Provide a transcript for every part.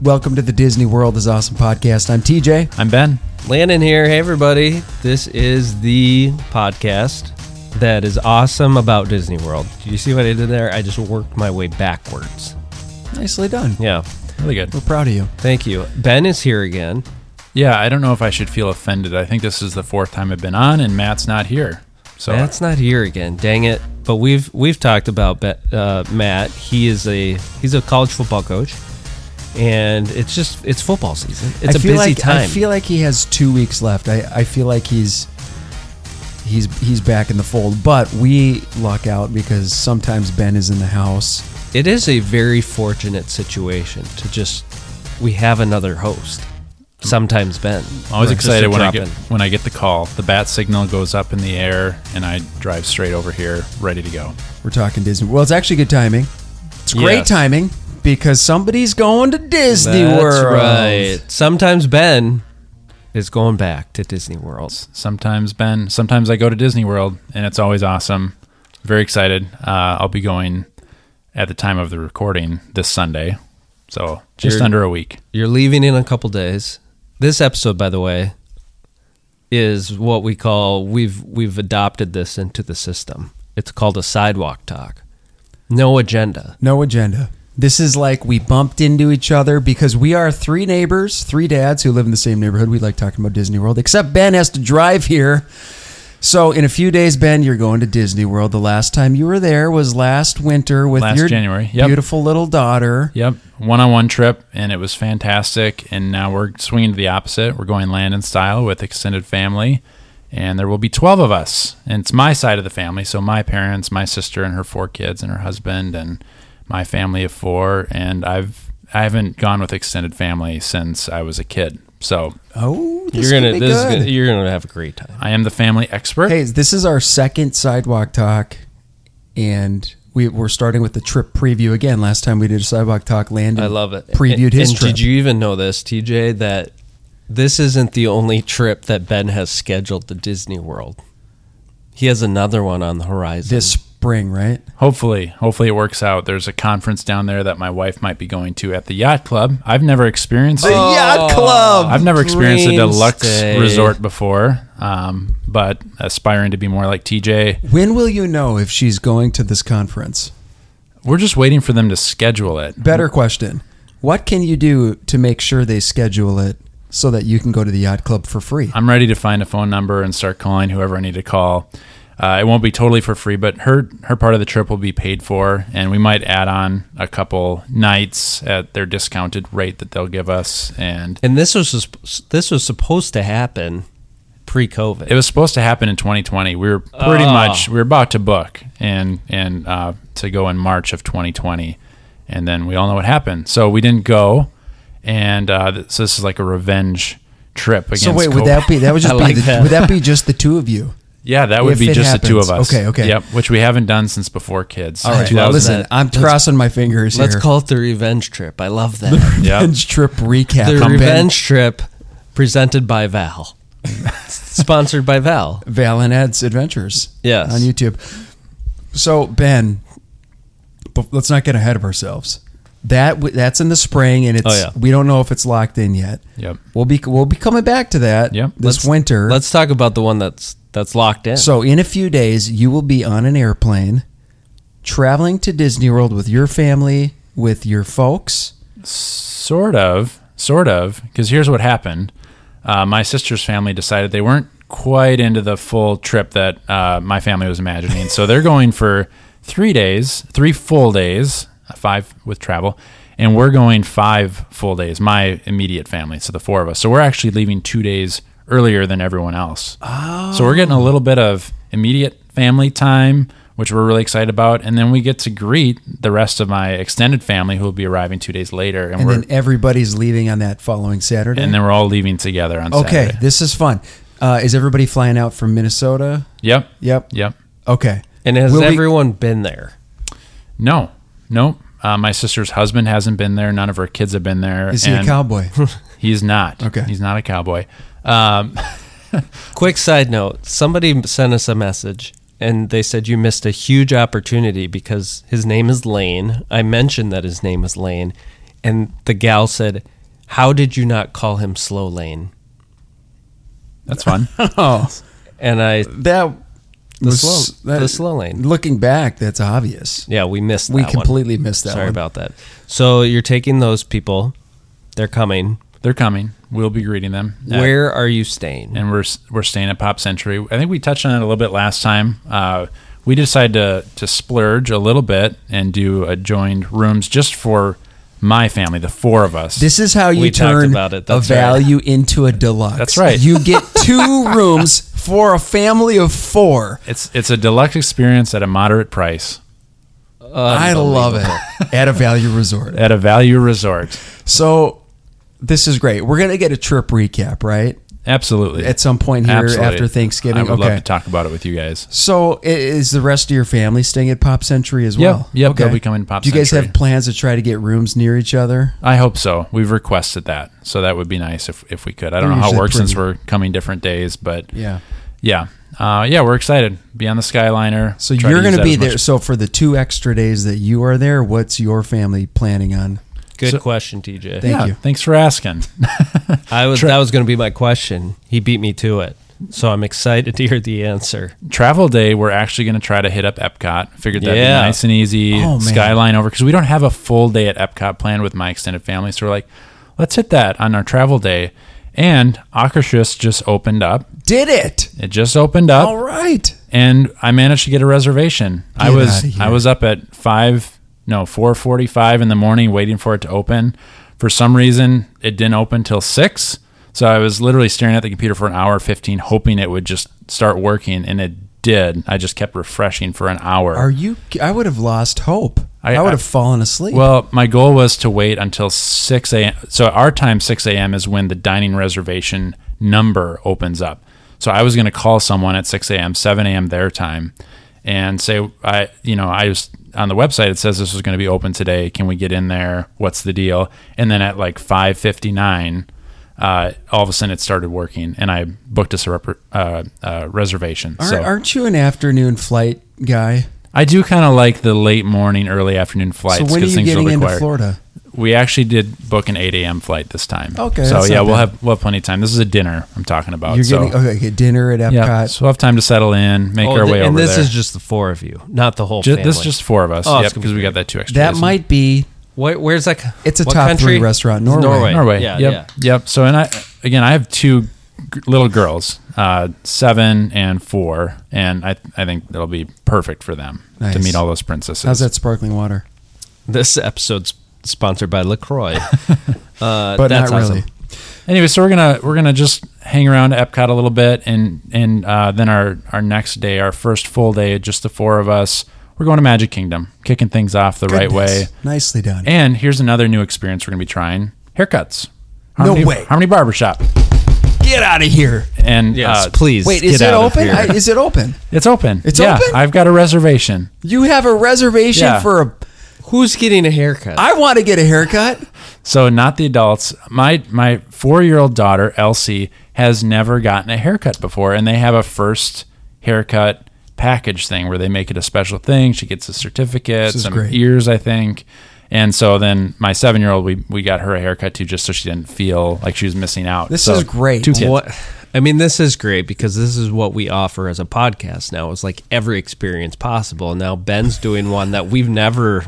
Welcome to the Disney World is Awesome podcast. I'm TJ. I'm Ben. Landon here. Hey, everybody. This is the podcast that is awesome about Disney World. Did you see what I did there? I just worked my way backwards. Nicely done. Yeah. Really good. We're proud of you. Thank you. Ben is here again. Yeah, I don't know if I should feel offended. I think this is the fourth time I've been on, and Matt's not here. So Matt's not here again. Dang it. But we've we've talked about Be- uh, Matt. He is a he's a college football coach, and it's just it's football season. It's I a feel busy like, time. I feel like he has two weeks left. I, I feel like he's he's he's back in the fold. But we luck out because sometimes Ben is in the house. it is a very fortunate situation to just we have another host. Sometimes Ben. I'm always Or just excited a when I drop-in. get when I get the call. The bat signal goes up in the air, and I drive straight over here, ready to go. We're talking Disney. Well, it's actually good timing. It's great Yes. timing because somebody's going to Disney That's World. right. Sometimes Ben is going back to Disney World. Sometimes Ben, sometimes I go to Disney World, and it's always awesome. Very excited. Uh, I'll be going at the time of the recording this Sunday, so just You're- under a week. You're leaving in a couple days. This episode, by the way, is what we call we've we've adopted this into the system. It's called a sidewalk talk. No agenda. No agenda. This is like we bumped into each other because we are three neighbors, three dads who live in the same neighborhood. We like talking about Disney World, except Ben has to drive here. So, in a few days, Ben, you're going to Disney World. The last time you were there was last winter with Last your January, yep. beautiful little daughter. Yep, one-on-one trip, and it was fantastic. And now we're swinging to the opposite. We're going land in style with extended family, and there will be twelve of us. And it's my side of the family, so my parents, my sister, and her four kids, and her husband, and my family of four. And I've I haven't gone with extended family since I was a kid, so Oh, this you're could gonna be this is good. gonna, you're gonna have a great time. I am the family expert. Hey, this is our second sidewalk talk, and we, we're starting with the trip preview again. Last time we did a sidewalk talk, Landon I love it. Previewed and, his and trip. Did you even know this, TJ? That this isn't the only trip that Ben has scheduled to Disney World. He has another one on the horizon. this spring, right? Hopefully, hopefully it works out. There's a conference down there that my wife might be going to at the yacht club. I've never experienced it. Yacht Club. I've never experienced a Dreams deluxe Day. resort before, um, but aspiring to be more like TJ. When will you know if she's going to this conference? We're just waiting for them to schedule it. Better question. What can you do to make sure they schedule it so that you can go to the yacht club for free? I'm ready to find a phone number and start calling whoever I need to call. Uh, it won't be totally for free, but her her part of the trip will be paid for, and we might add on a couple nights at their discounted rate that they'll give us. And And this was sup- this was supposed to happen pre-COVID. it was supposed to happen in 2020. We were pretty Oh. Ah. much we were about to book and and uh, to go in March of 2020, and then we all know what happened. So we didn't go, and uh, th- so this is like a revenge trip against. So wait, would COVID. that be that would I just be like the, that. would that be just the two of you? Yeah, that would if be it just the two of happens. us. Okay, okay. Yep, which we haven't done since before kids. All right, Well, was listen, that- I'm let's- crossing my fingers Let's here. call it the revenge trip. I love that. Yeah. revenge trip recap. the Ben revenge trip presented by Val. Sponsored by Val. Val and Ed's Adventures. Yes. On YouTube. So, Ben, but let's not get ahead of ourselves. That w- that's in the spring and it's Oh, yeah. we don't know if it's locked in yet. Yep. We'll be we'll be coming back to that Yep. this Let's- winter. Let's talk about the one that's that's locked in. so in a few days you will be on an airplane traveling to Disney World with your family, with your folks. Sort of, sort of, because here's what happened. Uh, my sister's family decided they weren't quite into the full trip that uh, my family was imagining, so they're going for three days, three full days, uh, five with travel, and we're going five full days. My immediate family, so the four of us. So we're actually leaving two days earlier than everyone else. Oh. So we're getting a little bit of immediate family time, which we're really excited about, and then we get to greet the rest of my extended family who will be arriving two days later, and, And we're then everybody's leaving on that following Saturday. and then we're all leaving together on okay, Saturday. this is fun. Uh, is everybody flying out from Minnesota? Yep. Yep. Yep. Okay. and has Will we- everyone been there? No. Nope. Uh, my sister's husband hasn't been there. None of her kids have been there. Is he a and cowboy? He's not. Okay. He's not a cowboy. Um, Quick side note somebody sent us a message and they said you missed a huge opportunity because his name is Lane. I mentioned that his name is Lane. And the gal said, How did you not call him Slow Lane? That's fun. Oh, And I that the was slow that- the slow lane. Looking back, that's obvious. Yeah, we missed. We that one. completely missed that. Sorry one. about that. So you're taking those people. They're coming. They're coming. We'll be greeting them. at- Where are you staying? and we're we're staying at Pop Century. I think we touched on it a little bit last time. Uh, we decided to to splurge a little bit and do adjoined rooms just for my family, the four of us. This is how you We talked turn about it. a That's right. value into a deluxe. That's right. You get two rooms for a family of four. it's it's a deluxe experience at a moderate price I love it at a value resort. at a value resort. So this is great. We're gonna get a trip recap, right? Absolutely. At some point here Absolutely. after Thanksgiving. I would okay. love to talk about it with you guys. So i- is the rest of your family staying at Pop Century as Yeah, well? yep, they'll be coming to Pop Do you guys Century. have plans to try to get rooms near each other? I hope so. We've requested that, so that would be nice if if we could. I don't They're know how it usually works since pretty- we're coming different days, but Yeah. yeah, uh, yeah, we're excited. Be on the Skyliner. So Try you're use going to that be as much there. So for the two extra days that you are there, what's your family planning on? Good So- question, TJ. Thank yeah, you. Thanks for asking. I was that was going to be my question. He beat me to it, so I'm excited to hear the answer. Travel day, we're actually going to try to hit up Epcot. Figured that'd Yeah. be nice and easy. Oh, man. Skyline over because we don't have a full day at Epcot planned with my extended family. So we're like, let's hit that on our travel day. And Akershus just opened up. Did it? It just opened up, All right. and I managed to get a reservation. I Get outta was here. I was up at five, no four forty five in the morning waiting for it to open. For some reason, it didn't open till six. So I was literally staring at the computer for an hour fifteen, hoping it would just start working, and it did. I just kept refreshing for an hour. Are you? I would have lost hope. I, I- would I- have fallen asleep. Well, my goal was to wait until 6 a.m. So our time, 6 a.m., is when the dining reservation number opens up. So I was going to call someone at 6 a.m., 7 a.m. their time, and say, I, you know, I was on the website. It says this was going to be open today. Can we get in there? What's the deal? And then at like 5:59. Uh, all of a sudden, it started working, and I booked us a rep- uh, uh, reservation. Aren't, so aren't you an afternoon flight guy? I do kind of like the late morning, early afternoon flights So because when are you things will getting into require. Florida? We actually did book an 8 a.m. flight this time. Okay, So that's yeah, not we'll bad. have we'll have plenty of time. This is a dinner I'm talking about. You're Oh, so getting oh, okay, okay, dinner at Epcot. yeah, so we'll have time to settle in, make our Oh, th- way and over this there. is just the four of you, not the whole Ju- family. this is just four of us. Oh, Oh, it's gonna because be we great. got that two extra. that days. might be Where, where's that? c- It's a what top country? three restaurant, It's Norway. Norway. Yeah, yep. yeah. Yep. So and I again I have two g- little girls, uh, seven and four, and I I think that'll be perfect for them Nice. to meet all those princesses. how's that sparkling water? This episode's sponsored by Lacroix. uh, But that's not awesome. really. anyway, so we're gonna we're gonna just hang around Epcot a little bit, and and uh, then our our next day, our first full day, just the four of us, we're going to Magic Kingdom, kicking things off the right way. Goodness. Nicely done. And here's another new experience we're gonna be trying: haircuts. No Harmony, way. Harmony Barbershop, Get out of here. and Yes, uh, please. Wait, get is it out of open? here. I, is it open? it's open. It's yeah, open? I've got a reservation. You have a reservation Yeah. for a. Who's getting a haircut? I want to get a haircut. So not the adults. My my four year old daughter Elsie has never gotten a haircut before, and they have a first haircut package thing where they make it a special thing. She gets a certificate, This is some great. ears, I think. And so then my seven year old, we, we got her a haircut too, just so she didn't feel like she was missing out. This So, is great. Two kids. What? I mean, this is great because this is what we offer as a podcast now. It's like every experience possible. Now Ben's doing one that we've never.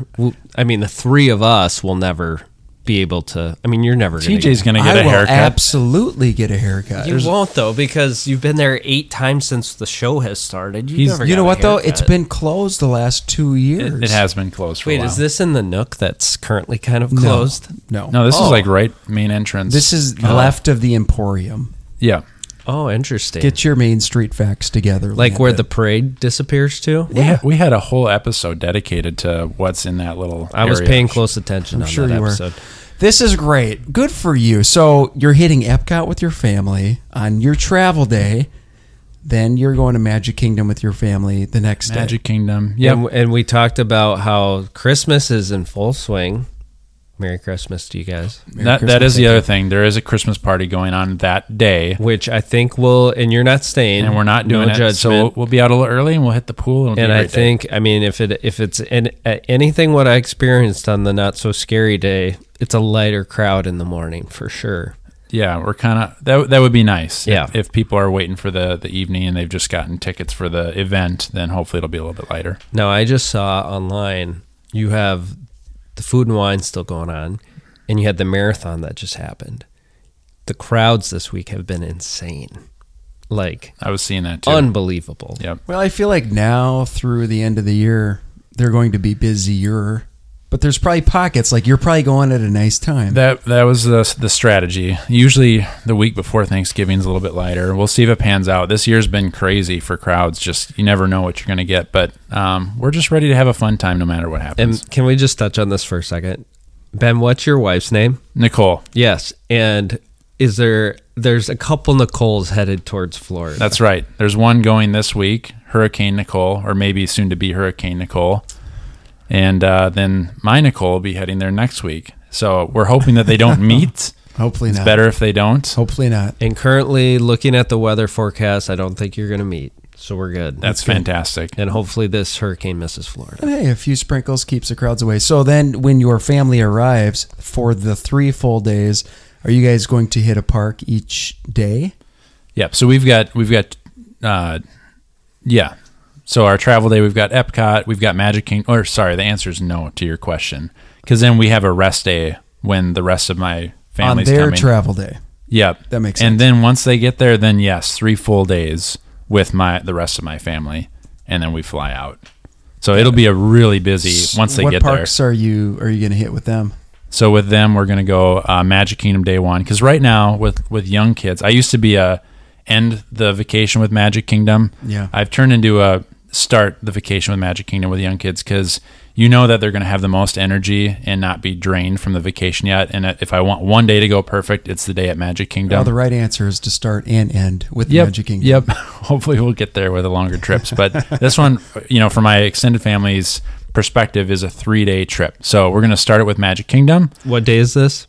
I mean, the three of us will never be able to. I mean, you're never. gonna TJ's going to get I a will haircut. absolutely get Uh, a haircut. You won't though because you've been there eight times since the show has started. You've He's- never you got know a what though? It's haircut. been closed the last two years. it, it has been closed for a Wait, while. is this in the Nook that's currently kind of No. closed? No, no, this Oh. is like right main entrance. This is Uh-huh. left of the Emporium. yeah. Oh, interesting. Get your Main Street facts together. like where the Landon. parade disappears to. We, ha- we had a whole episode dedicated to what's in that little. I was area. paying close attention I'm on sure that you were. episode. This is great. Good for you. So you're hitting Epcot with your family on your travel day. Then you're going to Magic Kingdom with your family the next day. Magic Kingdom. Yeah, Yeah, and, and we talked about how Christmas is in full swing. Merry Christmas to you guys. Merry that that Christmas, is the thank other thing. There is a Christmas party going on that day, Which I think will, and you're not staying, and we're not doing Mm-hmm. no it. Judgment. So we'll, we'll be out a little early, and we'll hit the pool. And, it'll be and a I great day. think, I mean, if it if it's an, uh, anything what I experienced on the not so scary day, it's a lighter crowd in the morning for sure. yeah, we're kind of that. That would be nice. Yeah. If, if people are waiting for the the evening and they've just gotten tickets for the event, then hopefully it'll be a little bit lighter. Now I just saw online you have the food and wine still going on, and you had the marathon that just happened. The crowds this week have been insane, like I was seeing that too. unbelievable. yep. Well, I feel like now through the end of the year, they're going to be busier, but there's probably pockets. Like you're probably going at a nice time. That that was the the strategy. Usually the week before Thanksgiving's a little bit lighter. We'll see if it pans out. This year's been crazy for crowds. Just you never know what you're going to get, but um, we're just ready to have a fun time no matter what happens. And can we just touch on this for a second, Ben? What's your wife's name? Nicole, Yes, and is there? There's a couple Nicole's headed towards Florida. that's right. There's one going this week, Hurricane Nicole, or maybe soon to be Hurricane Nicole, and uh, then my Nicole will be heading there next week. So we're hoping that they don't meet. Hopefully It's not. better if they don't. Hopefully not. and currently, looking at the weather forecast, I don't think you're going to meet. So we're good. That's fantastic. And hopefully, this hurricane misses Florida. And hey, a few sprinkles keeps the crowds away. So then, when your family arrives for the three full days, are you guys going to hit a park each day? Yep. So we've got we've got uh yeah. So our travel day we've got Epcot, we've got Magic Kingdom or sorry, the answer is no to your question cuz then we have a rest day when the rest of my family's on their coming. travel day. yep. That makes And then once they get there then yes, 3 full days with my the rest of my family and then we fly out. So it'll be a really busy once they what get there. parks are you are you going to hit with them? So with them, we're gonna go uh, Magic Kingdom day one because right now with with young kids, I used to be a end the vacation with Magic Kingdom. Yeah. I've turned into a start the vacation with Magic Kingdom with young kids because you know that they're gonna have the most energy and not be drained from the vacation yet. And if I want one day to go perfect, it's the day at Magic Kingdom. Well, the right answer is to start and end with the Yep. Magic Kingdom. Yep. Hopefully we'll get there with the longer trips. But this one, you know, from my extended family's perspective, is a three day trip. So we're gonna start it with Magic Kingdom What day is this?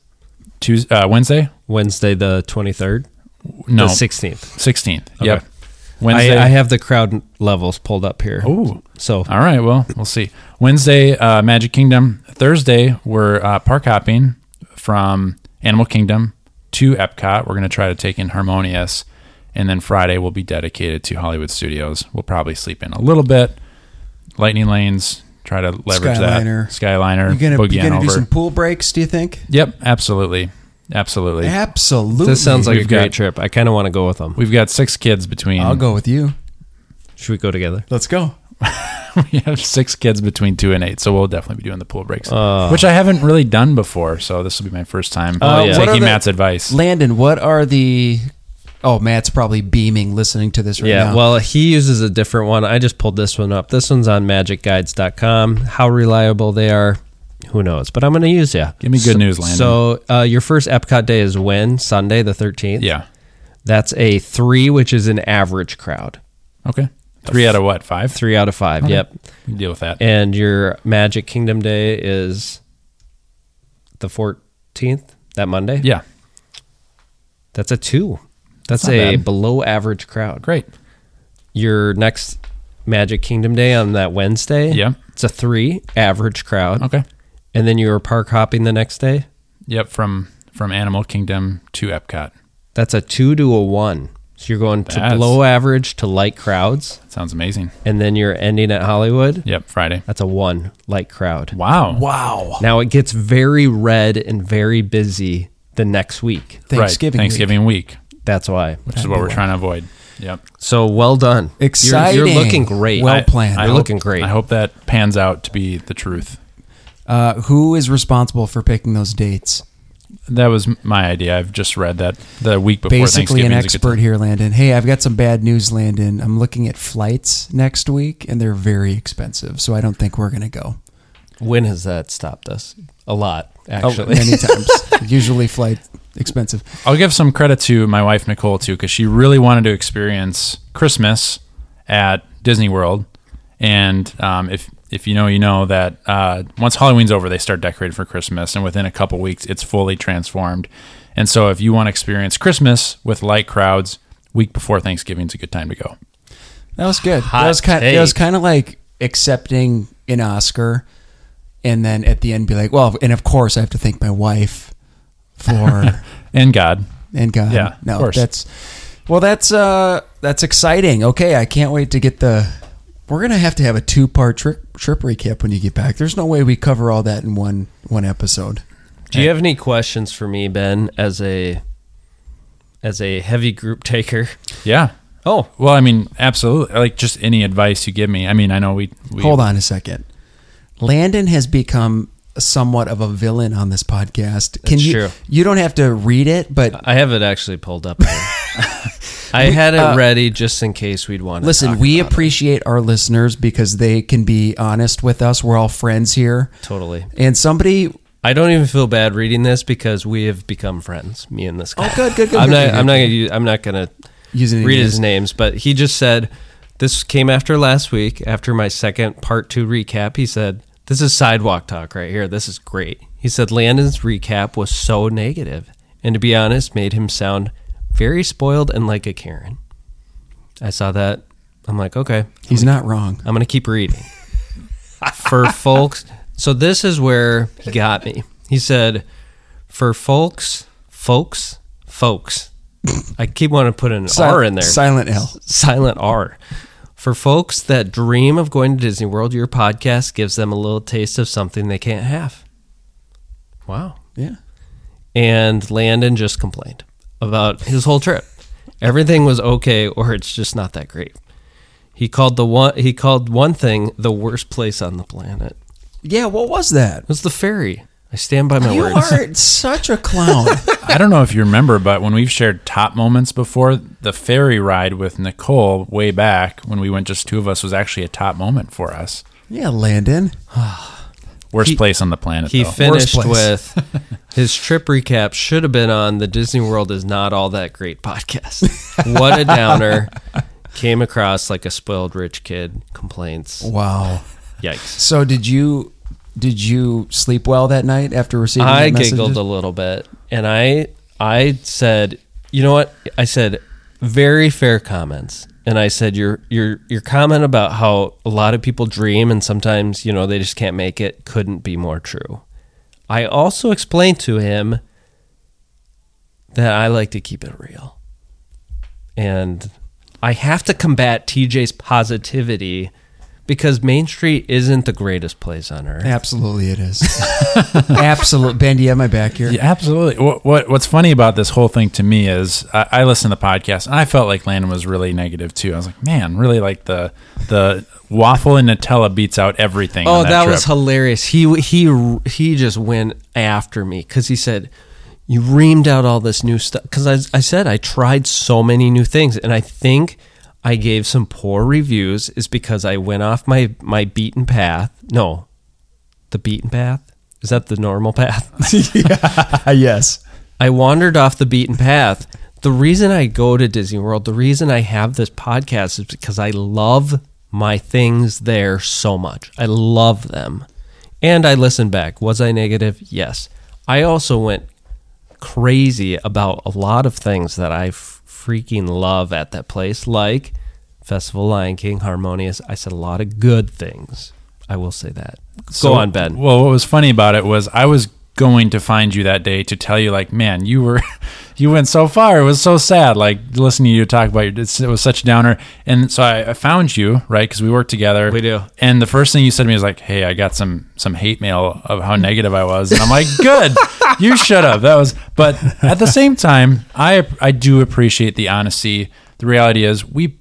Tuesday, uh, Wednesday. Wednesday, the 23rd? No, The 16th. Sixteenth. Okay. Yep. Wednesday. I, I have the crowd levels pulled up here. Ooh. Uh, So All right. Well, we'll see. Wednesday, uh, Magic Kingdom. Thursday, we're uh, park hopping from Animal Kingdom to Epcot. We're going to try to take in Harmonious, and then Friday will be dedicated to Hollywood Studios. We'll probably sleep in a little bit. Lightning lanes. Try to leverage Skyliner. that. Skyliner. You're going to boogie you're on going to do over. some pool breaks. Do you think? yep. Absolutely. Absolutely. Absolutely. this sounds like a We've great got- trip. I kind of want to go with them. We've got six kids between. I'll go with you. Should we go together? Let's go. we have six kids between two and eight, so we'll definitely be doing the pool breaks, Ah. which I haven't really done before. So this will be my first time Oh, yeah. What are taking the- Matt's advice. Landon, what are the? Oh, Matt's probably beaming listening to this right yeah. now. Well, he uses a different one. I just pulled this one up. This one's on magicguides.com. How reliable they are, who knows? But I'm going to use you. Give me good news, Landon. So uh, your first Epcot day is when? Sunday, the 13th? yeah. That's a three, which is an average crowd. Okay. Three out of what? Five. Three out of five. Yep. We can deal with that. and your Magic Kingdom Day is the 14th, that Monday. yeah. That's a two. That's not a bad. below average crowd. Great. Your next Magic Kingdom Day on that Wednesday. Yeah. It's a three average crowd. Okay. And then you're park hopping the next day. Yep. From from Animal Kingdom to Epcot. That's a two to a one. So you're going to That's- below average to light crowds. Sounds amazing. And then you're ending at Hollywood. Yep. Friday. That's a one light crowd. Wow. wow. Now it gets very red and very busy the next week. Thanksgiving. Right. week. Thanksgiving week, That's why. which is what we're trying to avoid. Yep. So well done. You're- Exciting. You're, looking great. Well I- planned. I You're hope- looking great. I hope that pans out to be the truth. Uh, who is responsible for picking those dates? That was my idea. I've just read that the week before Basically, an Thanksgiving. is a good expert here, Landon. Hey, I've got some bad news, Landon. I'm looking at flights next week, and they're very expensive, so I don't think we're going to go. when has that stopped us? A lot, Oh, actually. Many times, usually flight expensive. I'll give some credit to my wife Nicole too, because she really wanted to experience Christmas at Disney World, and um, if if you know, you know that uh, once Halloween's over, they start decorating for Christmas, and within a couple weeks, it's fully transformed. And so, if you want to experience Christmas with light crowds, week before Thanksgiving's a good time to go. That was good. Hot that was kind. take. That was kind of like accepting an Oscar, and then at the end be like, "Well, and of course I have to thank my wife for And God, and God." Yeah, of no, course. that's well, that's uh, that's exciting. Okay, I can't wait to get the. We're gonna have to have a two-part trip trip recap when you get back. There's no way we cover all that in one one episode. Do you have any questions for me, Ben, as a as a heavy group taker? yeah. Oh, Well, I mean, absolutely. Like, just any advice you give me. I mean, I know we, we Hold on a second. Landon has become somewhat of a villain on this podcast. Can That's you? true. Uh, You don't have to read it, but I have it actually pulled up. Here. Uh, I had it ready just in case we'd want. Listen, we appreciate our listeners because they can be honest with us. We're all friends here. totally. And somebody, I don't even feel bad reading this because we have become friends. Me and this guy. Oh, good, good, good, I'm good, not. good, I'm not good. gonna. Use, I'm not gonna Use any read names. his names, but he just said this came after last week. After my second part two recap, he said this is sidewalk talk right here. This is great. He said Landon's recap was so negative, and to be honest, made him sound very spoiled and like a Karen. I saw that. I'm like, okay, he's not wrong. I'm going to keep reading. For folks, so this is where he got me. He said, "For folks, folks, folks." I keep wanting to put an Sil- R in there. silent L. S- Silent R. For folks that dream of going to Disney World, your podcast gives them a little taste of something they can't have. Wow Yeah. and Landon just complained about his whole trip. Everything was okay, or it's just not that great. He called the one he called one thing the worst place on the planet. Yeah, what was that? It was the ferry. I stand by my You words. are such a clown. I don't know if you remember, but when we've shared top moments before, the ferry ride with Nicole way back when we went just two of us was actually a top moment for us. yeah, Landon. Worst He- place on the planet. He though. finished place. with his trip recap should have been on the Disney World is not all that great podcast. what a downer. Came across like a spoiled rich kid complaints. Wow. Yikes. So did you did you sleep well that night after receiving I that message? giggled a little bit, and I I said, you know what? I said very fair comments, and I said your your your comment about how a lot of people dream and sometimes you know they just can't make it couldn't be more true. I also explained to him that I like to keep it real, and I have to combat TJ's positivity. Because Main Street isn't the greatest place on earth. Absolutely it is. Absolutely. Ben, do you have my back here? Yeah, absolutely. What, what What's funny about this whole thing to me is I, I listened to the podcast and I felt like Landon was really negative too. I was like, man, really like the the waffle and Nutella beats out everything. Oh, on that, that, trip. was hilarious. He he he just went after me because he said you reamed out all this new stuff. Because I I said I tried so many new things, and I think I gave some poor reviews is because I went off my my beaten path. No, the beaten path is that the normal path. yes. I wandered off the beaten path. The reason I go to Disney World, the reason I have this podcast is because I love my things there so much. I love them. And I listened back. Was I negative? Yes. I also went crazy about a lot of things that I f- freaking love at that place, like Festival Lion King, Harmonious. I said a lot of good things. I will say that. Go on, Ben. Well, what was funny about it was I was going to find you that day to tell you, like, man, you were, you went so far. It was so sad. Like listening to you talk about your, it's- it was such a downer. And so I, I found you, right? Because we worked together. We do. And the first thing you said to me was like, hey, I got some some hate mail of how negative I was, and I'm like, good, you should have. That was. But at the same time, I I do appreciate the honesty. The reality is we.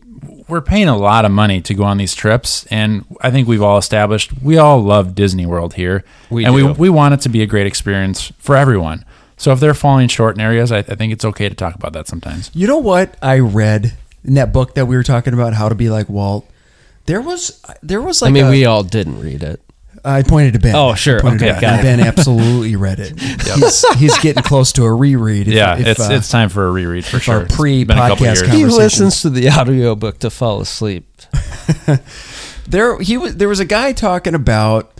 We're paying a lot of money to go on these trips, and I think we've all established we all love Disney World here, We and do. we we want it to be a great experience for everyone. So if they're falling short in areas, I, I think it's okay to talk about that sometimes. You know what I read in that book that we were talking about, how to be like Walt. There was there was like I mean, a- we all didn't read it. I pointed to Ben. Oh, sure. I pointed to Okay, ben. got it. Ben absolutely read it. he's, he's getting close to a reread. If, Yeah, if, it's uh, it's time for a reread for our sure. It's pre-podcast been a couple years. conversation- He listens to the audiobook to fall asleep. There he was. There was a guy talking about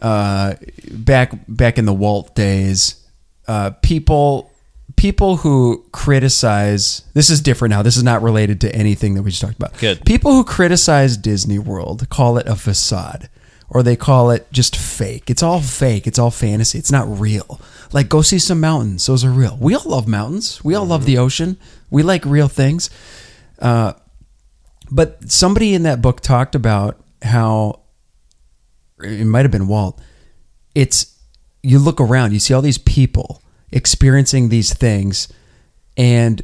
uh, back back in the Walt days. Uh, people people who criticize this is different now. This is not related to anything that we just talked about. Good. People who criticize Disney World call it a facade, or they call it just fake. It's all fake. It's all fantasy. It's not real. Like go see some mountains. Those are real. We all love mountains. We all love the ocean. We like real things but somebody in that book talked about how it might have been Walt. It's you look around, you see all these people experiencing these things, and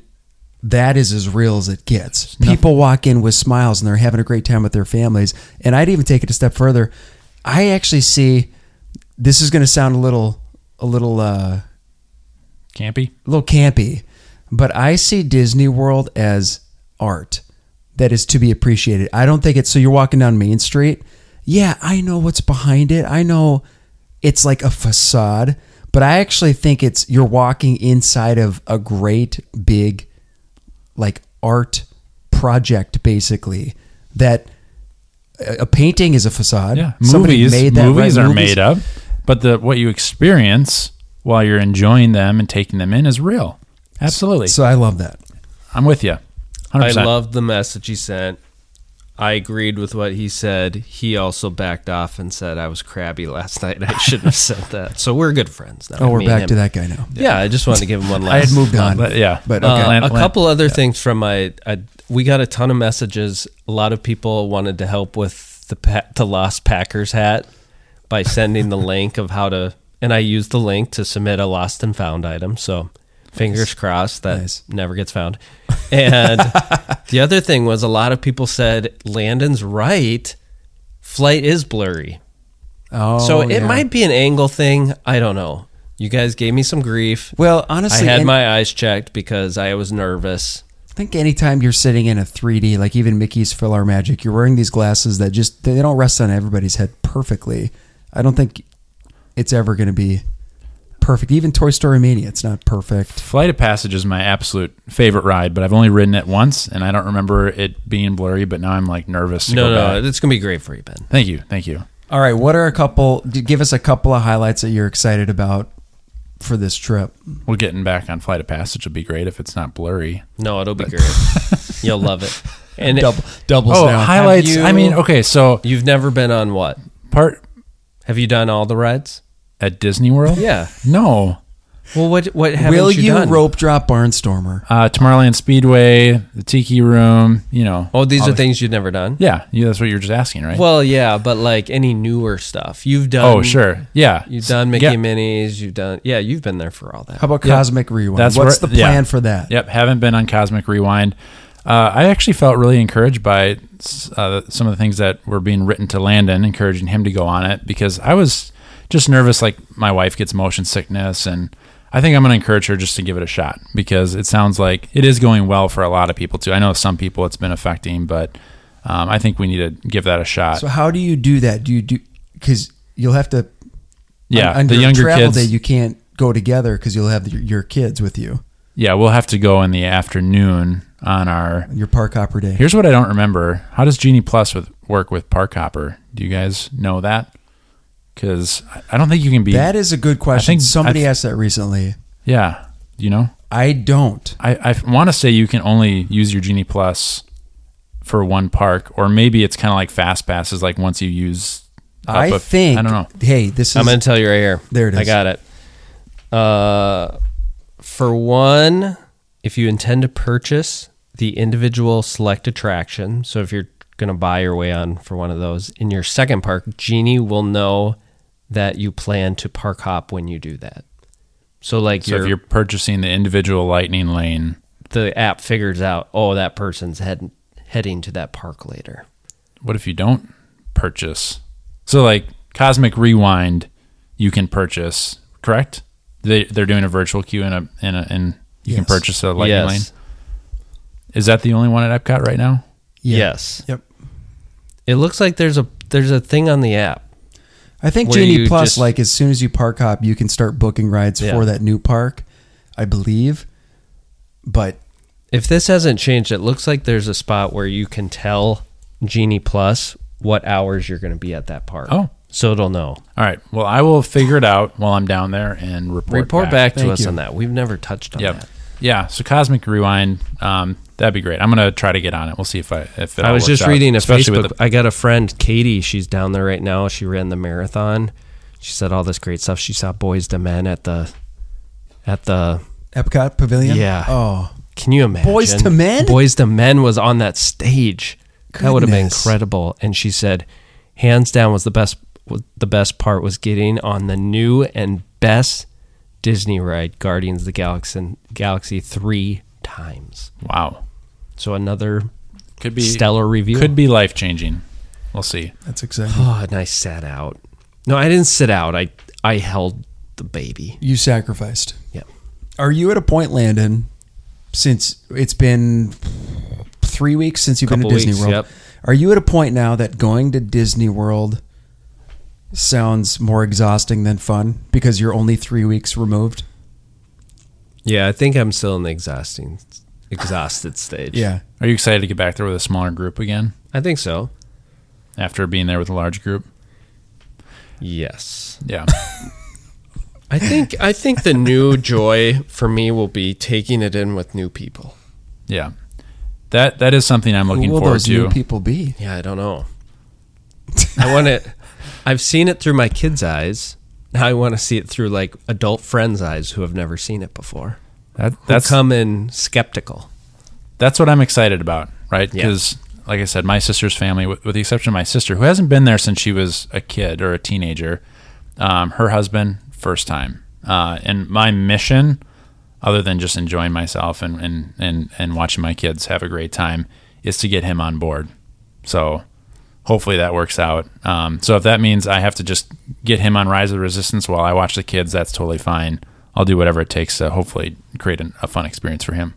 that is as real as it gets. People walk in with smiles and they're having a great time with their families. And I'd even take it a step further. I actually see this is going to sound a little, a little, uh, Campy. a little campy, but I see Disney World as art that is to be appreciated. I don't think it's so you're walking down Main Street. Yeah, I know what's behind it. I know it's like a facade, but I actually think it's you're walking inside of a great big like art project basically that a a painting is a facade. Yeah, Somebody movies. made that, movies right? are made up, but the what you experience while you're enjoying them and taking them in is real. Absolutely, So I love that. I'm with you. 100%. I loved the message he sent. I agreed with what he said. He also backed off and said I was crabby last night. I shouldn't have said that. So we're good friends now. Oh, we're me and back him. to that guy now. Yeah, I just wanted to give him one last. I had moved on. but yeah. But Uh, okay. Lan- a Lan- couple other things from my. I, we got a ton of messages. A lot of people wanted to help with the pa- the lost Packers hat by sending the link of how to, and I used the link to submit a lost and found item. So, fingers crossed that Nice. never gets found. And the other thing was a lot of people said Landon's right. Flight is blurry. oh, so it yeah. might be an angle thing. I don't know. You guys gave me some grief. Well, I honestly, had and- my eyes checked because I was nervous. I think anytime you're sitting in a 3D, like even Mickey's Fill Magic, you're wearing these glasses that just they don't rest on everybody's head perfectly. I don't think it's ever going to be perfect. Even Toy Story Mania, it's not perfect. Flight of Passage is my absolute favorite ride, but I've only ridden it once, and I don't remember it being blurry. But now I'm like nervous. To No, go no, back. it's gonna be great for you, Ben. Thank you, thank you. All right, what are a couple? g- Give us a couple of highlights that you're excited about for this trip. Well, getting back on Flight of Passage would be great if it's not blurry. No, it'll be great. You'll love it. And Double doubles oh, down. highlights. Have you- I mean, okay, so you've never been on what? part Have you done all the rides? at Disney World. Yeah. No, Well, what what haven't Will you, you done? rope drop Barnstormer? uh, Tomorrowland Speedway, the Tiki Room. You know. Oh, these all are the- things you've never done. Yeah, yeah, that's what you're just asking, right? Well, yeah, but like any newer stuff you've done. oh, sure, yeah. You've done Mickey Yeah. Minis. You've done. Yeah, you've been there for all that. How about Yep. Cosmic Rewind? That's What's where- the plan yeah. for that? Yep, haven't been on Cosmic Rewind. Uh, I actually felt really encouraged by uh, some of the things that were being written to Landon, encouraging him to go on it because I was just nervous. Like my wife gets motion sickness, and I think I'm going to encourage her just to give it a shot because it sounds like it is going well for a lot of people too. I know some people it's been affecting, but um, I think we need to give that a shot. So how do you do that? Do you do because you'll have to yeah, on, on the your younger travel kids. day you can't go together because you'll have your, your kids with you yeah, we'll have to go in the afternoon on our on your park hopper day. Here's what I don't remember. How does Genie Plus with work with Park Hopper? Do you guys know that? Because I don't think you can be. that is a good question. I think- Somebody I- asked that recently. yeah, you know, I don't. I, I want to say you can only use your Genie Plus for one park, or maybe it's kind of like Fast Passes, like once you use. up I a- think. I don't know. Hey, this is. I'm gonna tell you right here. There it I is. got it. Uh, for one, if you intend to purchase the individual select attraction, so if you're gonna buy your way on for one of those in your second park, Genie will know that you plan to park hop when you do that. So like So if your- you're purchasing the individual Lightning Lane, the app figures out, oh, that person's heading heading to that park later. what if you don't purchase? So like Cosmic Rewind, you can purchase, correct? They they're doing a virtual queue in a in a in you can Yes. purchase a lightning yes. lane. Is that the only one at Epcot right now? yeah. Yes. Yep. It looks like there's a there's a thing on the app. I think Where Genie you Plus, just- like as soon as you park hop, you can start booking rides Yeah. for that new park, I believe. But If this hasn't changed, it looks like there's a spot where you can tell Genie Plus what hours you're going to be at that park. Oh. So it'll know. All right. Well, I will figure it out while I'm down there and report Report back, to Thank us you. on that. We've never touched on Yep. that. Yeah. So Cosmic Rewind, um, that'd be great. I'm gonna try to get on it. We'll see if I if it I all was works just out, reading a especially Facebook. with I got a friend, Katie. She's down there right now. She ran the marathon. She said all this great stuff. She saw Boys to Men at the at the. Epcot Pavilion. Yeah. Oh, Can you imagine? Boyz II Men? Boys to Men was on that stage. That would have been Goodness. incredible. And she said, hands down, was the best. was- The best part was getting on the new and best Disney ride, Guardians of the Galaxy, Galaxy three times. the, wow, So another could be stellar review. could be life changing. We'll see. that's exciting. Oh, and I sat out. No, I didn't sit out. I I held the baby. You sacrificed. Yep. Are you at a point, Landon? Since it's been three weeks since you've been to Couple Disney weeks, World, yep. are you at a point now that going to Disney World sounds more exhausting than fun because you're only three weeks removed? Yeah, I think I'm still in the exhausting, exhausted stage. Are you excited to get back there with a smaller group again I think so. after being there with a large group? Yes, Yeah. I think I think the new joy for me will be taking it in with new people. yeah. That that is something I'm looking Who will forward those to. new people be? Yeah, I don't know. I want it. I've seen it through my kids' eyes. Now I want to see it through like adult friends' eyes who have never seen it before. that, Who that's come in skeptical. that's what I'm excited about, right? Yeah. Because, like I said, my sister's family, with, with the exception of my sister, who hasn't been there since she was a kid or a teenager, um, her husband, first time. Uh, and my mission, other than just enjoying myself and, and, and, and watching my kids have a great time, is to get him on board. So hopefully that works out. Um, so if that means I have to just get him on Rise of the Resistance while I watch the kids, that's totally fine. I'll do whatever it takes to hopefully create an, a fun experience for him.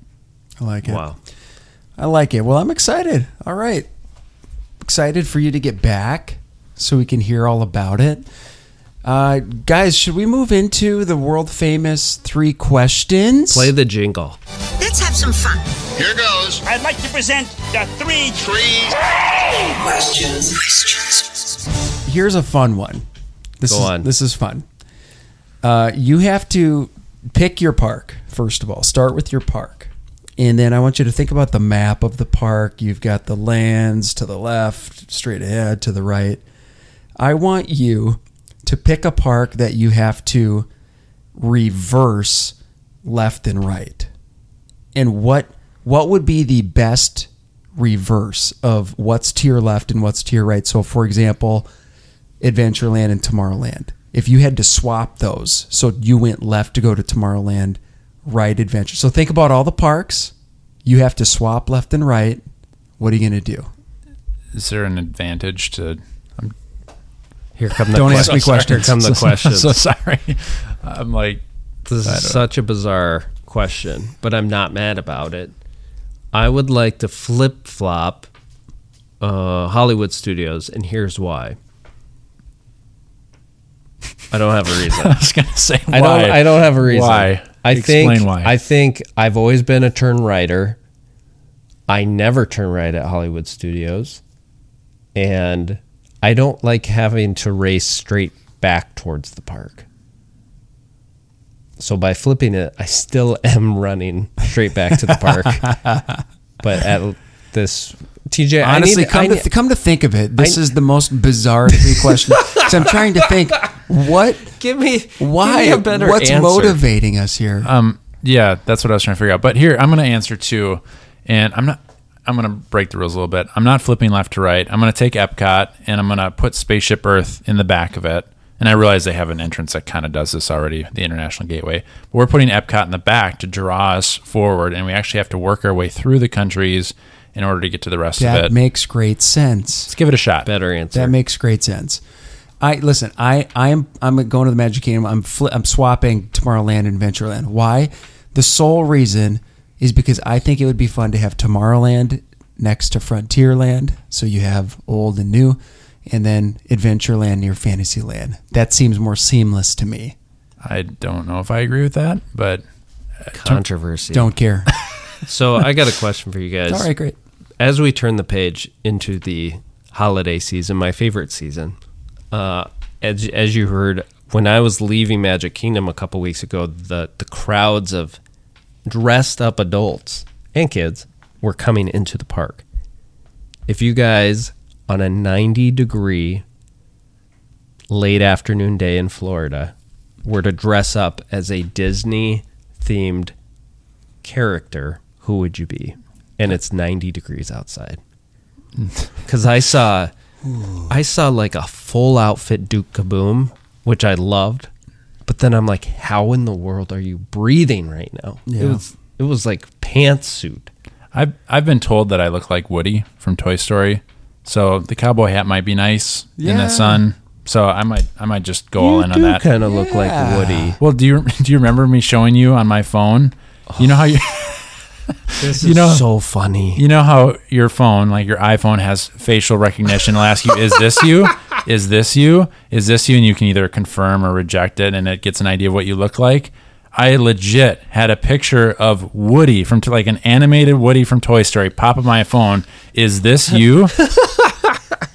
I like it. Wow. I like it. Well, I'm excited. All right. Excited for you to get back so we can hear all about it. Uh, guys, should we move into the world famous three questions? Play the jingle. Let's have some fun. Here goes. I'd like to present the three Three. Questions. Questions. Here's a fun one. This Go is, on. This is fun. Uh, you have to pick your park, first of all. Start with your park. And then I want you to think about the map of the park. You've got the lands to the left, straight ahead, to the right. I want you to pick a park that you have to reverse left and right. And what what would be the best reverse of what's to your left and what's to your right? So for example, Adventureland and Tomorrowland. If you had to swap those, so you went left to go to Tomorrowland, right adventure. So think about all the parks. You have to swap left and right. What are you going to do? Is there an advantage to? I'm Here come the Don't que- ask me questions. Here come the questions. so sorry. I'm like, This I is don't- such a bizarre question, but I'm not mad about it. I would like to flip flop uh, Hollywood studios, and here's why. I don't have a reason. I was gonna say why. I don't. I don't have a reason. Why? I Explain think. why. I think I've always been a turn righter. I never turn right at Hollywood Studios, and I don't like having to race straight back towards the park. So by flipping it, I still am running straight back to the park. but at this, TJ, I Honestly, need- come, I to need- th- come to think of it, this I- is the most bizarre three questions. 'Cause I'm trying to think what, give me give me why, a better what's answer. motivating us here. Um, yeah, that's what I was trying to figure out. But here, I'm gonna answer two, and I'm not. I'm gonna break the rules a little bit. I'm not flipping left to right. I'm gonna take Epcot and I'm gonna put Spaceship Earth in the back of it. And I realize they have an entrance that kind of does this already, the International Gateway. But we're putting Epcot in the back to draw us forward, and we actually have to work our way through the countries in order to get to the rest of that it. makes great sense. Let's give it a shot. Better answer. That makes great sense. I listen. I I'm I'm going to the Magic Kingdom. I'm fli I'm swapping Tomorrowland and Adventureland. Why? The sole reason is because I think it would be fun to have Tomorrowland next to Frontierland, so you have old and new, and then Adventureland near Fantasyland. That seems more seamless to me. I don't know if I agree with that, but controversy. Don't care. So I got a question for you guys. All right, great. as we turn the page into the holiday season, my favorite season. Uh, as as you heard, when I was leaving Magic Kingdom a couple weeks ago, the the crowds of dressed up adults and kids were coming into the park. If you guys on a 90 degree late afternoon day in Florida were to dress up as a Disney themed character, who would you be? And it's 90 degrees outside. Cuz I saw I saw like a full outfit Duke Kaboom, which I loved. But then I'm like, how in the world are you breathing right now? It Yeah. was it was like pantsuit. I've I've been told that I look like Woody from Toy Story, so the cowboy hat might be nice in Yeah. the sun. So I might I might just go all You in on do that. kind of look like Yeah. Woody. well, do you do you remember me showing you on my phone? You know how you This You know- so funny. you know how your phone, like your iPhone, has facial recognition. It'll ask you, "Is this you? Is this you? Is this you?" And you can either confirm or reject it, and it gets an idea of what you look like. I legit had a picture of Woody from like an animated Woody from Toy Story pop up my phone. Is this you?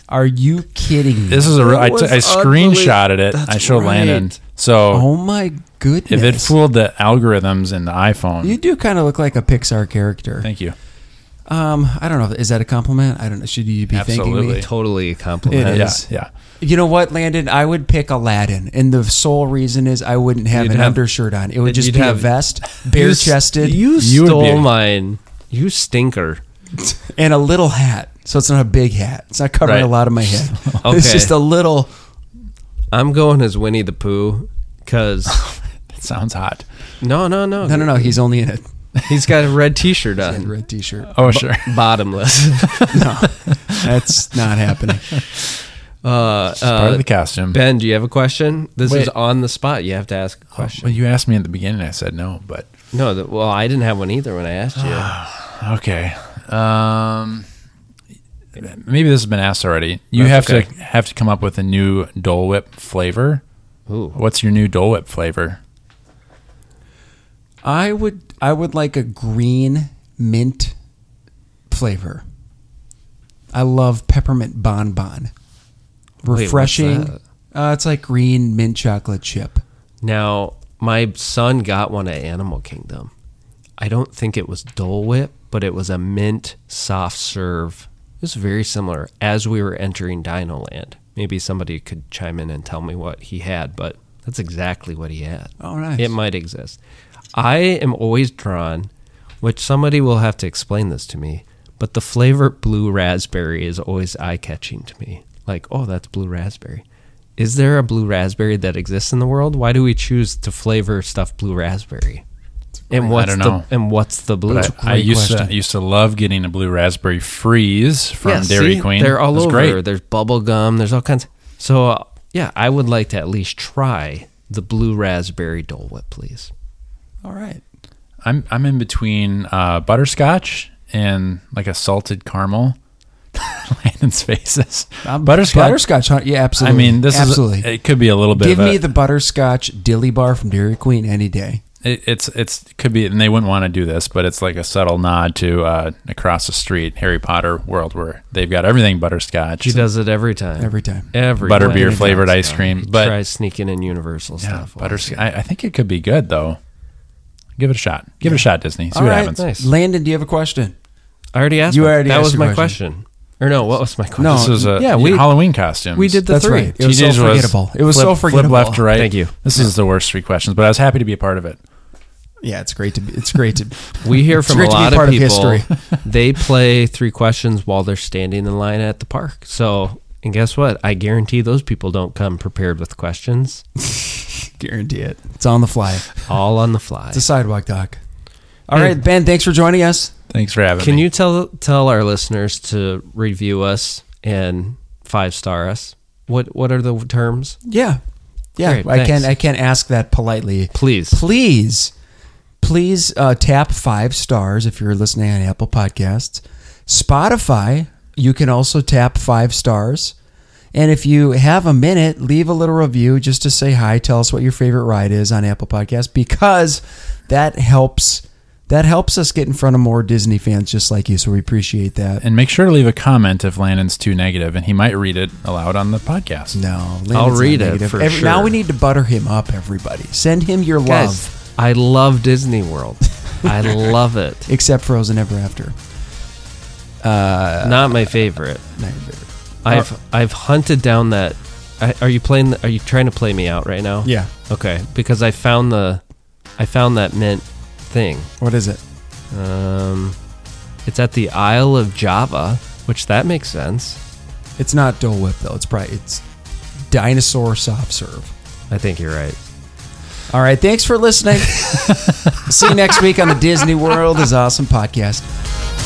Are you kidding me? This is a real. I, That t- I was screenshotted it. I showed right. Landon. So Oh my goodness! if it fooled the algorithms in the iPhone, you do kind of look like a Pixar character. thank you. Um, I don't know. Is that a compliment? I don't know. Should you be thanking Absolutely. me? Totally a compliment. It Yeah, is. yeah. You know what, Landon? I would pick Aladdin, and the sole reason is I wouldn't have You'd an have- undershirt on. It would just you'd be a have- vest, bare chested, You, You would stole be a- mine. You stinker. and a little hat. So it's not a big hat. It's not covering Right. a lot of my head. It's Okay. just a little. I'm going as Winnie the Pooh because That sounds hot. no, no, no, No, no, no. He's only in a He's got a red T-shirt a on, red T-shirt. Oh sure. bottomless. That's not happening. Uh, uh, Part of the costume. ben, do you have a question? This is Wait. on the spot. You have to ask a Oh. question. Well, you asked me at the beginning. I said no, but no, the, well, I didn't have one either when I asked Ah. you. okay. Um, maybe this has been asked already. You That's have okay. to have to come up with a new Dole Whip flavor. Ooh, What's your new Dole Whip flavor? I would. I would like a green mint flavor. I love peppermint bonbon. what's Refreshing. that? uh, it's like green mint chocolate chip. Now, my son got one at Animal Kingdom. I don't think it was Dole Whip, but it was a mint soft serve. It was very similar as we were entering Dino Land. Maybe somebody could chime in and tell me what he had, but that's exactly what he had. Oh, nice. It might exist. I am always drawn, which somebody will have to explain this to me, but the flavor blue raspberry is always eye catching to me. Like, oh, that's blue raspberry. Is there a blue raspberry that exists in the world? Why do we choose to flavor stuff blue raspberry? And I what's don't know. the and what's the blue? But I, I used question. to used to love getting a blue raspberry freeze from Yeah, Dairy see? Queen. They're all It's over. Great. There's bubble gum. There's all kinds. So uh, yeah, I would like to at least try the blue raspberry Dole Whip, please. All right. I'm I'm in between uh, butterscotch and like a salted caramel. Landon's faces. Um, butterscotch. Butterscotch. huh? Yeah, I absolutely. mean, this absolutely. is it. Could be a little bit. Give of a- me the butterscotch dilly bar from Dairy Queen any day. it, it's it's could be, and they wouldn't want to do this, but it's like a subtle nod to uh, across the street, Harry Potter world, where they've got everything butterscotch, She does it every time. Every time. Every butterbeer time. flavored ice cream, but tries sneaking in Universal yeah, stuff. butterscotch. I, I think it could be good though. Give it a shot. Give it a shot, Disney. See All what right. happens. Nice. Landon, do you have a question? I already asked. You my- already That asked was your my question. question. Or no, what was my question? No. This was a Yeah, we- Halloween costume. we did the That's three. right. It was so forgettable. It was so forgettable. Flip left to right. Thank you. This is the worst three questions, but I was happy to be a part of it. Yeah, it's great to be. It's great to. We hear It's from a great to be lot part of of people. history. they play three questions while they're standing in line at the park. So, and guess what? I guarantee those people don't come prepared with questions. guarantee it. It's on the fly. All on the fly. It's a sidewalk doc. All right, Ben. Thanks for joining us. Thanks for having Can me. you tell tell our listeners to review us and five star us? What what are the terms? Yeah, yeah. Great, I can thanks. I can ask that politely. Please. please, please uh, tap five stars if you're listening on Apple Podcasts, Spotify. You can also tap five stars. And if you have a minute, leave a little review just to say hi. Tell us what your favorite ride is on Apple Podcasts because that helps that helps us get in front of more Disney fans just like you. So we appreciate that. And make sure to leave a comment if Landon's too negative, and he might read it aloud on the podcast. No, Landon's I'll not read it for Every- Now sure. we need to butter him up, everybody. Send him your love, Guys, I love Disney World. I love it. except Frozen Ever After. Not my favorite. Not your favorite. I've I've hunted down that. I, are you playing? Are you trying to play me out right now? Yeah. Okay. Because I found the, I found that mint thing. What is it? Um, it's at the Isle of Java, which that makes sense. It's not Dole Whip though. It's probably it's dinosaur soft serve. I think you're right. All right, thanks for listening. See you next week on the Disney World is Awesome podcast.